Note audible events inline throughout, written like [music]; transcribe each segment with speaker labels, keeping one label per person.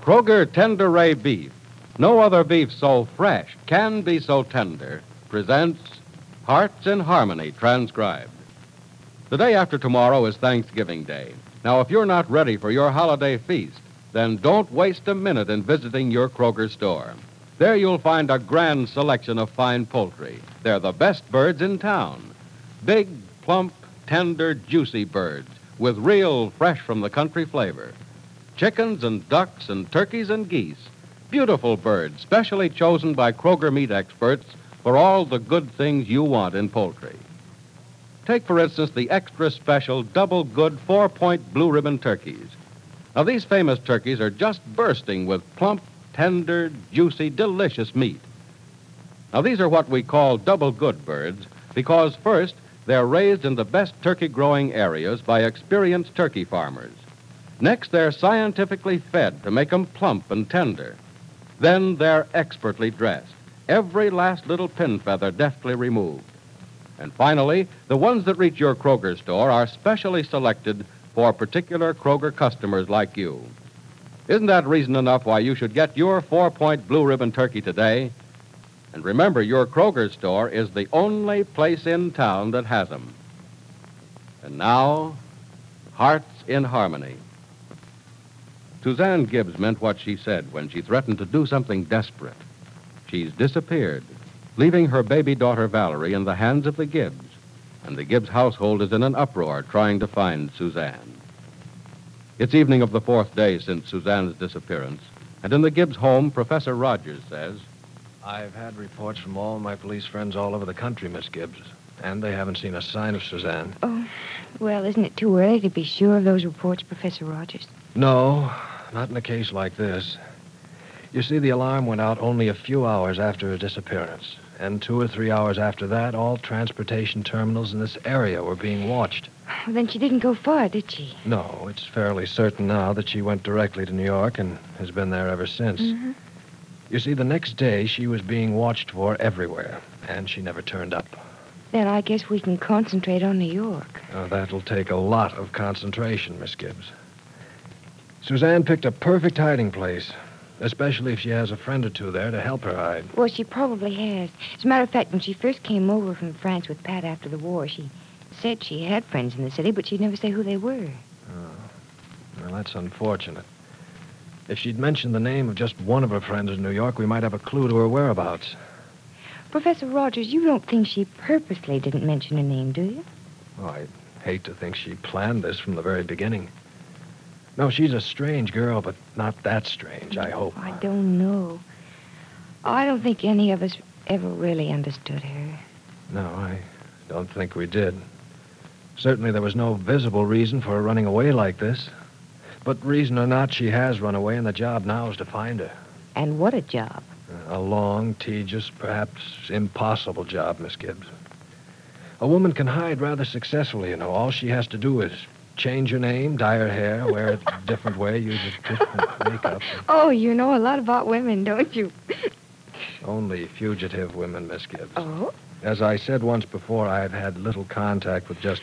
Speaker 1: Kroger Tender Ray Beef. No other beef so fresh can be so tender. Presents Hearts in Harmony, transcribed. The day after tomorrow is Thanksgiving Day. Now, if you're not ready for your holiday feast, then don't waste a minute in visiting your Kroger store. There you'll find a grand selection of fine poultry. They're the best birds in town. Big, plump, tender, juicy birds with real fresh from the country flavor chickens and ducks and turkeys and geese. Beautiful birds, specially chosen by Kroger meat experts for all the good things you want in poultry. Take, for instance, the extra special double good four point blue ribbon turkeys. Now, these famous turkeys are just bursting with plump, tender, juicy, delicious meat. Now, these are what we call double good birds because, first, they're raised in the best turkey growing areas by experienced turkey farmers. Next, they're scientifically fed to make 'em plump and tender. Then they're expertly dressed, every last little pin feather deftly removed. And finally, the ones that reach your Kroger store are specially selected for particular Kroger customers like you. Isn't that reason enough why you should get your four point blue ribbon turkey today? And remember, your Kroger store is the only place in town that has 'em. And now, Hearts in Harmony. Suzanne Gibbs meant what she said when she threatened to do something desperate. She's disappeared, leaving her baby daughter Valerie in the hands of the Gibbs, and the Gibbs household is in an uproar trying to find Suzanne. It's evening of the fourth day since Suzanne's disappearance, and in the Gibbs home, Professor Rogers says,
Speaker 2: I've had reports from all my police friends all over the country, Miss Gibbs, and they haven't seen a sign of Suzanne.
Speaker 3: Well, isn't it too early to be sure of those reports, Professor Rogers?
Speaker 2: No, not in a case like this. You see, the alarm went out only a few hours after her disappearance, and two or three hours after that, all transportation terminals in this area were being watched.
Speaker 3: Well, then she didn't go far, did she?
Speaker 2: No, it's fairly certain now that she went directly to New York and has been there ever since. You see, the next day she was being watched for everywhere, and she never turned up.
Speaker 3: Then I guess we can concentrate on New York.
Speaker 2: Now, that'll take a lot of concentration, Miss Gibbs. Suzanne picked a perfect hiding place, especially if she has a friend or two there to help her hide.
Speaker 3: Well, she probably has. As a matter of fact, when she first came over from France with Pat after the war, she said she had friends in the city, but she'd never say who they were.
Speaker 2: Well, that's unfortunate. If she'd mentioned the name of just one of her friends in New York, we might have a clue to her whereabouts.
Speaker 3: Professor Rogers, you don't think she purposely didn't mention her name, do you?
Speaker 2: Oh, I hate to think she planned this from the very beginning. No, she's a strange girl, but not that strange, I hope.
Speaker 3: I don't know. I don't think any of us ever really understood her.
Speaker 2: No, I don't think we did. Certainly, there was no visible reason for her running away like this. But reason or not, she has run away, and the job now is to find her.
Speaker 3: And what a job.
Speaker 2: A long, tedious, perhaps impossible job, Miss Gibbs. A woman can hide rather successfully, you know. All she has to do is change her name, dye her hair, wear it a different way, use a different makeup.
Speaker 3: Oh, you know a lot about women, don't you?
Speaker 2: Only fugitive women, Miss Gibbs.
Speaker 3: Oh?
Speaker 2: As I said once before, I've had little contact with just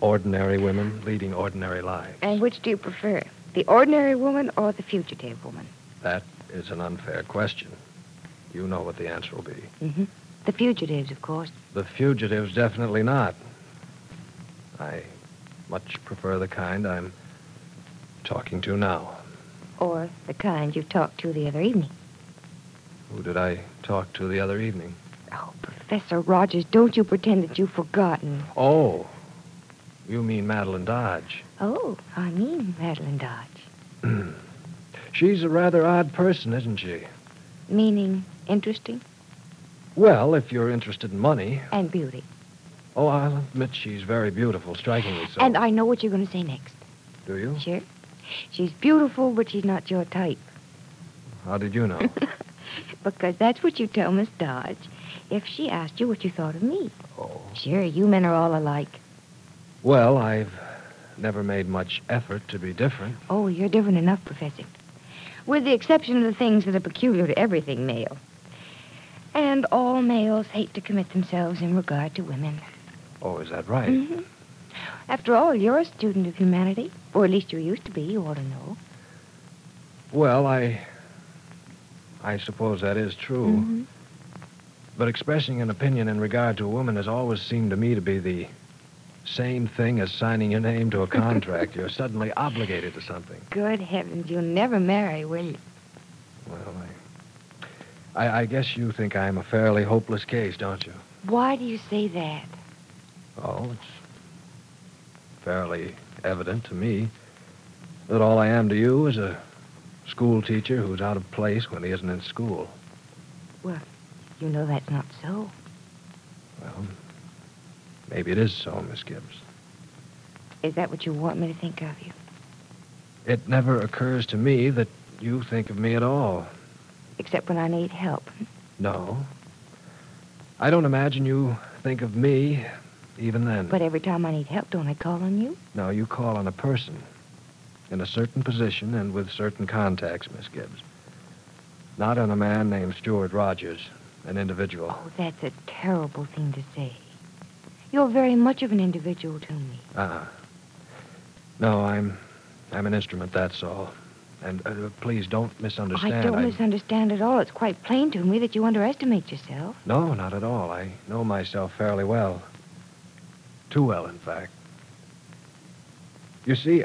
Speaker 2: ordinary women leading ordinary lives.
Speaker 3: And which do you prefer, the ordinary woman or the fugitive woman?
Speaker 2: That is an unfair question. You know what the answer will be.
Speaker 3: The fugitives, of course.
Speaker 2: The fugitives, definitely not. I much prefer the kind I'm talking to now.
Speaker 3: Or the kind you talked to the other evening.
Speaker 2: Who did I talk to the other evening?
Speaker 3: Oh, Professor Rogers, don't you pretend that you've forgotten.
Speaker 2: Oh, you mean Madeline Dodge.
Speaker 3: Oh, I mean Madeline Dodge.
Speaker 2: She's a rather odd person, isn't she?
Speaker 3: Meaning interesting?
Speaker 2: Well, if you're interested in money.
Speaker 3: and beauty.
Speaker 2: Oh, I'll admit she's very beautiful, strikingly so.
Speaker 3: And I know what you're going to say next.
Speaker 2: Do you?
Speaker 3: Sure. She's beautiful, but she's not your type. [laughs]
Speaker 2: How did you know?
Speaker 3: Because that's what you tell Miss Dodge if she asked you what you thought of me.
Speaker 2: oh.
Speaker 3: Sure, you men are all alike.
Speaker 2: Well, I've never made much effort to be different.
Speaker 3: Oh, you're different enough, Professor. With the exception of the things that are peculiar to everything male. And all males hate to commit themselves in regard to women.
Speaker 2: Oh, is that right?
Speaker 3: Mhm. After all, you're a student of humanity. Or at least you used to be, you ought to know.
Speaker 2: Well, I. I suppose that is true.
Speaker 3: Mhm.
Speaker 2: But expressing an opinion in regard to a woman has always seemed to me to be the same thing as signing your name to a
Speaker 3: [laughs]
Speaker 2: contract. You're suddenly obligated to something.
Speaker 3: Good heavens, you'll never marry, will you?
Speaker 2: Well, I, I. I guess you think I'm a fairly hopeless case, don't you?
Speaker 3: Why do you say that?
Speaker 2: Oh, it's fairly evident to me that all I am to you is a school teacher who's out of place when he isn't in school.
Speaker 3: You know that's not so.
Speaker 2: Well, maybe it is so, Miss Gibbs.
Speaker 3: Is that what you want me to think of you?
Speaker 2: It never occurs to me that you think of me at all.
Speaker 3: Except when I need help.
Speaker 2: No. I don't imagine you think of me even then.
Speaker 3: But every time I need help, don't I call on you?
Speaker 2: No, you call on a person in a certain position and with certain contacts, Miss Gibbs. Not on a man named Stuart Rogers, an individual.
Speaker 3: Oh, that's a terrible thing to say. You're very much of an individual to me.
Speaker 2: Uh-uh. No, I'm I'm an instrument, that's all. And uh, please don't misunderstand.
Speaker 3: I don't misunderstand at all. It's quite plain to me that you underestimate yourself.
Speaker 2: No, not at all. I know myself fairly well. Too well, in fact. You see,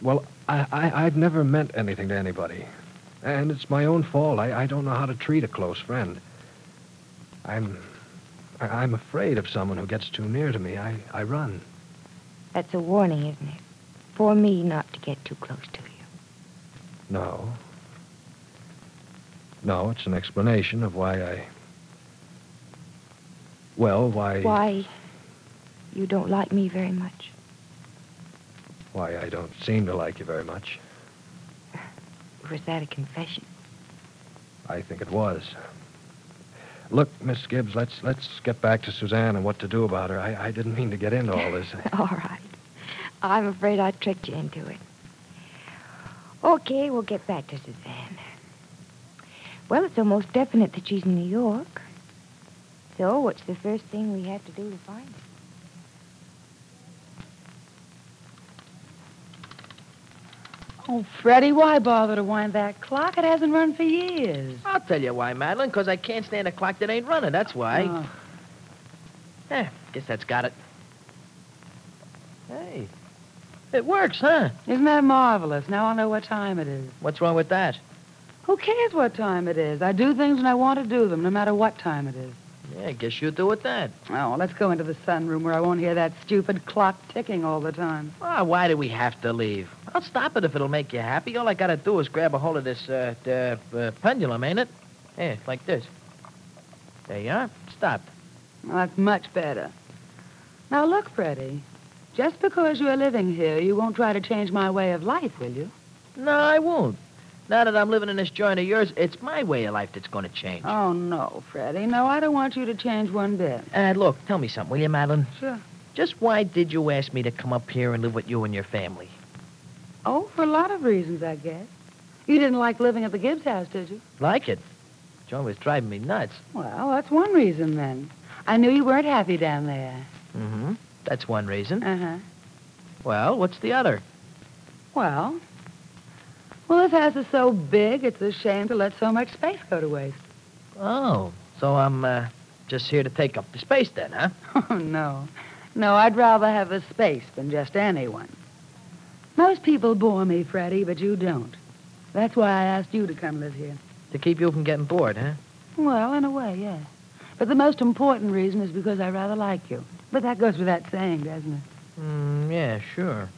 Speaker 2: well, I, I, I've never meant anything to anybody. And it's my own fault. I, I don't know how to treat a close friend. I'm. I- I'm afraid of someone who gets too near to me. I, I run.
Speaker 3: That's a warning, isn't it? For me not to get too close to you.
Speaker 2: No. No, it's an explanation of why I. Well, why.
Speaker 3: Why you don't like me very much.
Speaker 2: Why I don't seem to like you very much.
Speaker 3: Was that a confession?
Speaker 2: I think it was. Look, Miss Gibbs, let's let's get back to Suzanne and what to do about her. I, I didn't mean to get into all this.
Speaker 3: [laughs] All right. I'm afraid I tricked you into it. Okay, we'll get back to Suzanne. Well, it's almost definite that she's in New York. So, what's the first thing we have to do to find her?
Speaker 4: Oh, Freddie, why bother to wind that clock? It hasn't run for years.
Speaker 5: [laughs] I'll tell you why, Madeline, 'cause I can't stand a clock that ain't running. That's why.
Speaker 4: Oh.
Speaker 5: Eh, guess that's got it. Hey, it works, huh?
Speaker 4: Isn't that marvelous? Now I know what time it is.
Speaker 5: What's wrong with that?
Speaker 4: Who cares what time it is? I do things when I want to do them, no matter what time it is.
Speaker 5: Yeah, I guess you do with that.
Speaker 4: Oh, well, let's go into the sunroom where I won't hear that stupid clock ticking all the time.
Speaker 5: Ah, why do we have to leave? I'll stop it if it'll make you happy. All I gotta do is grab a hold of this uh, the, uh, pendulum, ain't it? Yeah, like this. There you are. Stopped.
Speaker 4: Well, that's much better. Now look, Freddie. Just because you're living here, you won't try to change my way of life, will you?
Speaker 5: No, I won't. Now that I'm living in this joint of yours, it's my way of life that's going to change.
Speaker 4: Oh, no, Freddie. No, I don't want you to change one bit.
Speaker 5: Uh, look, tell me something, will you, Madeline?
Speaker 4: Sure.
Speaker 5: Just why did you ask me to come up here and live with you and your family?
Speaker 4: Oh, for a lot of reasons, I guess. You didn't like living at the Gibbs house, did you?
Speaker 5: Like it. Joan was driving me nuts.
Speaker 4: Well, that's one reason then. I knew you weren't happy down there.
Speaker 5: Mm-hmm. That's one reason.
Speaker 4: Uh huh.
Speaker 5: Well, what's the other?
Speaker 4: Well, well, this house is so big, it's a shame to let so much space go to waste.
Speaker 5: Oh, so I'm uh, just here to take up the space then, huh?
Speaker 4: [laughs] Oh no, no, I'd rather have a space than just anyone. Most people bore me, Freddie, but you don't. That's why I asked you to come live here.
Speaker 5: To keep you from getting bored, huh?
Speaker 4: Well, in a way, yes. But the most important reason is because I rather like you. But that goes without saying, doesn't it?
Speaker 5: Mm, yeah, sure.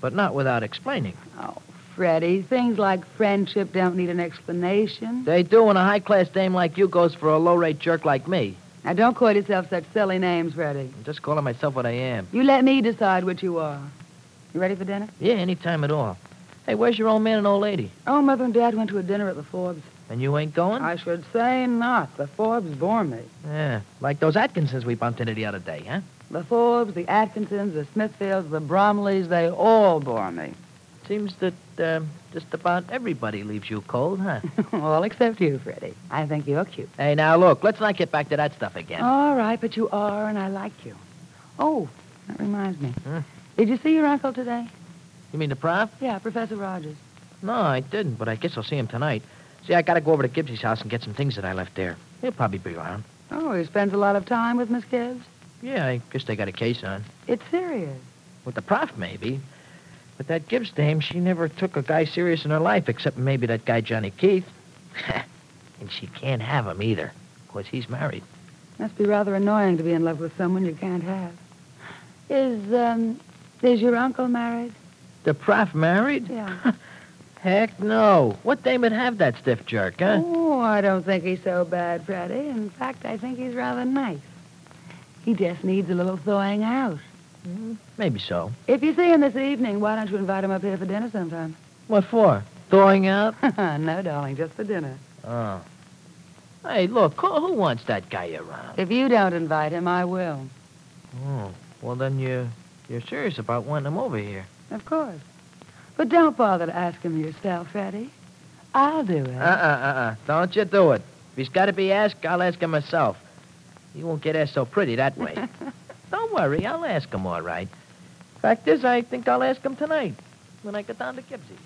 Speaker 5: But not without explaining.
Speaker 4: Oh, Freddie. Things like friendship don't need an explanation.
Speaker 5: They do when a high class dame like you goes for a low rate jerk like me.
Speaker 4: Now, don't call yourself such silly names, Freddie.
Speaker 5: I'm just calling myself what I am.
Speaker 4: You let me decide what you are. You ready for dinner?
Speaker 5: Yeah, any time at all. Hey, where's your old man and old lady?
Speaker 4: Oh, Mother and Dad went to a dinner at the Forbes.
Speaker 5: And you ain't going?
Speaker 4: I should say not. The Forbes bore me.
Speaker 5: Yeah, like those Atkinsons we bumped into the other day, huh?
Speaker 4: The Forbes, the Atkinsons, the Smithfields, the Bromleys, they all bore me. [laughs]
Speaker 5: Seems that um, just about everybody leaves you cold, huh?
Speaker 4: all except you, Freddie. I think you're cute.
Speaker 5: hey, now look, let's not get back to that stuff again.
Speaker 4: All right, but you are, and I like you. Oh, that reminds me.
Speaker 5: Hmm?
Speaker 4: Did you see your uncle today?
Speaker 5: You mean the prof?
Speaker 4: Yeah, Professor Rogers.
Speaker 5: No, I didn't, but I guess I'll see him tonight. See, I gotta go over to Gibbsy's house and get some things that I left there. He'll probably be around.
Speaker 4: Oh, he spends a lot of time with Miss Gibbs?
Speaker 5: Yeah, I guess they got a case on.
Speaker 4: It's serious.
Speaker 5: With the prof, maybe. But that Gibbs dame, she never took a guy serious in her life, except maybe that guy Johnny Keith. [laughs] and she can't have him either. Of course, he's married.
Speaker 4: Must be rather annoying to be in love with someone you can't have. Is, um, is your uncle married?
Speaker 5: The prof married?
Speaker 4: Yeah.
Speaker 5: Heck no. What dame would have that stiff jerk, huh?
Speaker 4: Oh, I don't think he's so bad, Freddie. In fact, I think he's rather nice. He just needs a little thawing out.
Speaker 5: Maybe so.
Speaker 4: If you see him this evening, why don't you invite him up here for dinner sometime? [laughs]
Speaker 5: What for? Thawing out?
Speaker 4: no, darling, just for dinner.
Speaker 5: oh. Hey, look, who, who wants that guy around?
Speaker 4: If you don't invite him, I will.
Speaker 5: Oh, well, then you, you're serious about wanting him over here.
Speaker 4: Of course. But don't bother to ask him yourself, Freddie. I'll do it.
Speaker 5: Uh uh uh uh. Don't you do it. If he's got to be asked, I'll ask him myself. He won't get asked so pretty that way. Don't worry, I'll ask him all right. Fact is, I think I'll ask him tonight when I get down to Gibbsy.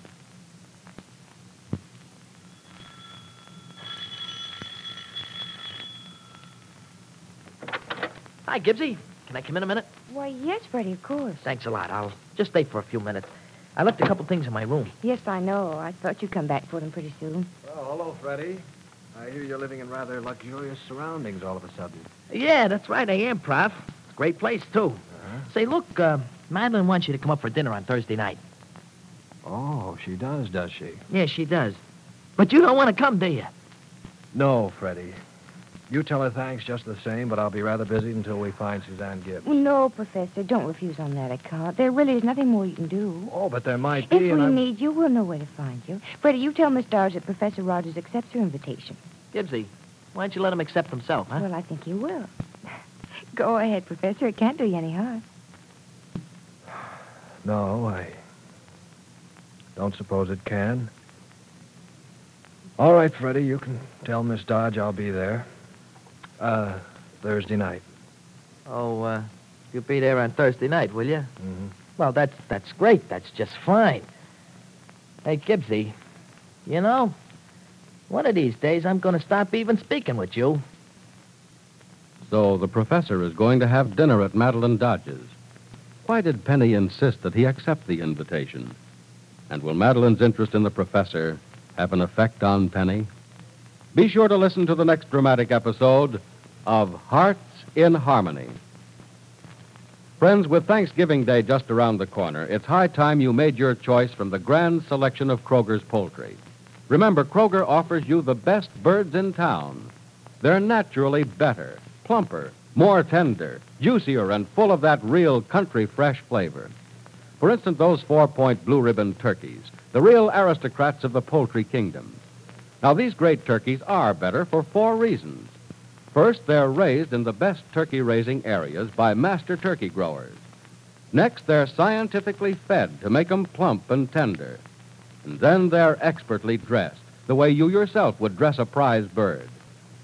Speaker 5: Hi, Gibbsy. Can I come in a minute?
Speaker 3: Why, yes, Freddie, of course.
Speaker 5: Thanks a lot. I'll just stay for a few minutes. I left a couple things in my room.
Speaker 3: Yes, I know. I thought you'd come back for them pretty soon.
Speaker 6: Well, hello, Freddie. I hear you're living in rather luxurious surroundings all of a sudden.
Speaker 5: Yeah, that's right. I am, Prof. Great place, too. Say, look, uh, Madeline wants you to come up for dinner on Thursday night.
Speaker 6: Oh, she does, does she?
Speaker 5: Yeah, she does. But you don't want to come, do you?
Speaker 6: No, Freddie. You tell her thanks just the same, but I'll be rather busy until we find Suzanne Gibbs.
Speaker 3: Well, no, Professor, don't refuse on that account. There really is nothing more you can do.
Speaker 6: Oh, but there might be.
Speaker 3: If we
Speaker 6: and I'm-
Speaker 3: need you, we'll know where to find you. Freddie, you tell Miss Dodge that Professor Rogers accepts her invitation.
Speaker 5: Gibbsy, why don't you let him accept himself, huh?
Speaker 3: Well, I think he will. [laughs] Go ahead, Professor. It can't do you any harm.
Speaker 6: No, I don't suppose it can. All right, Freddie, you can tell Miss Dodge I'll be there. Uh, Thursday night.
Speaker 5: Oh, uh, you'll be there on Thursday night, will you?
Speaker 6: Mm-hmm.
Speaker 5: Well, that's that's great. That's just fine. Hey, Gibbsy, you know, one of these days I'm going to stop even speaking with you.
Speaker 2: So the professor is going to have dinner at Madeline Dodge's. Why did Penny insist that he accept the invitation? And will Madeline's interest in the professor have an effect on Penny? Be sure to listen to the next dramatic episode of Hearts in Harmony. Friends, with Thanksgiving Day just around the corner, it's high time you made your choice from the grand selection of Kroger's poultry. Remember, Kroger offers you the best birds in town. They're naturally better plumper, more tender, juicier, and full of that real country fresh flavor. For instance, those four point blue ribbon turkeys, the real aristocrats of the poultry kingdom. Now, these great turkeys are better for four reasons. First, they're raised in the best turkey raising areas by master turkey growers. Next, they're scientifically fed to make 'em plump and tender. And then they're expertly dressed, the way you yourself would dress a prize bird.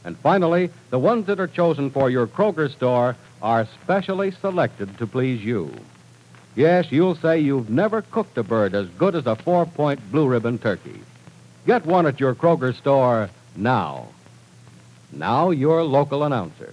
Speaker 2: And finally, the ones that are chosen for your Kroger store are specially selected to please you. Yes, you'll say you've never cooked a bird as good as a four point blue ribbon turkey. Get one at your Kroger store now. Now, your local announcer.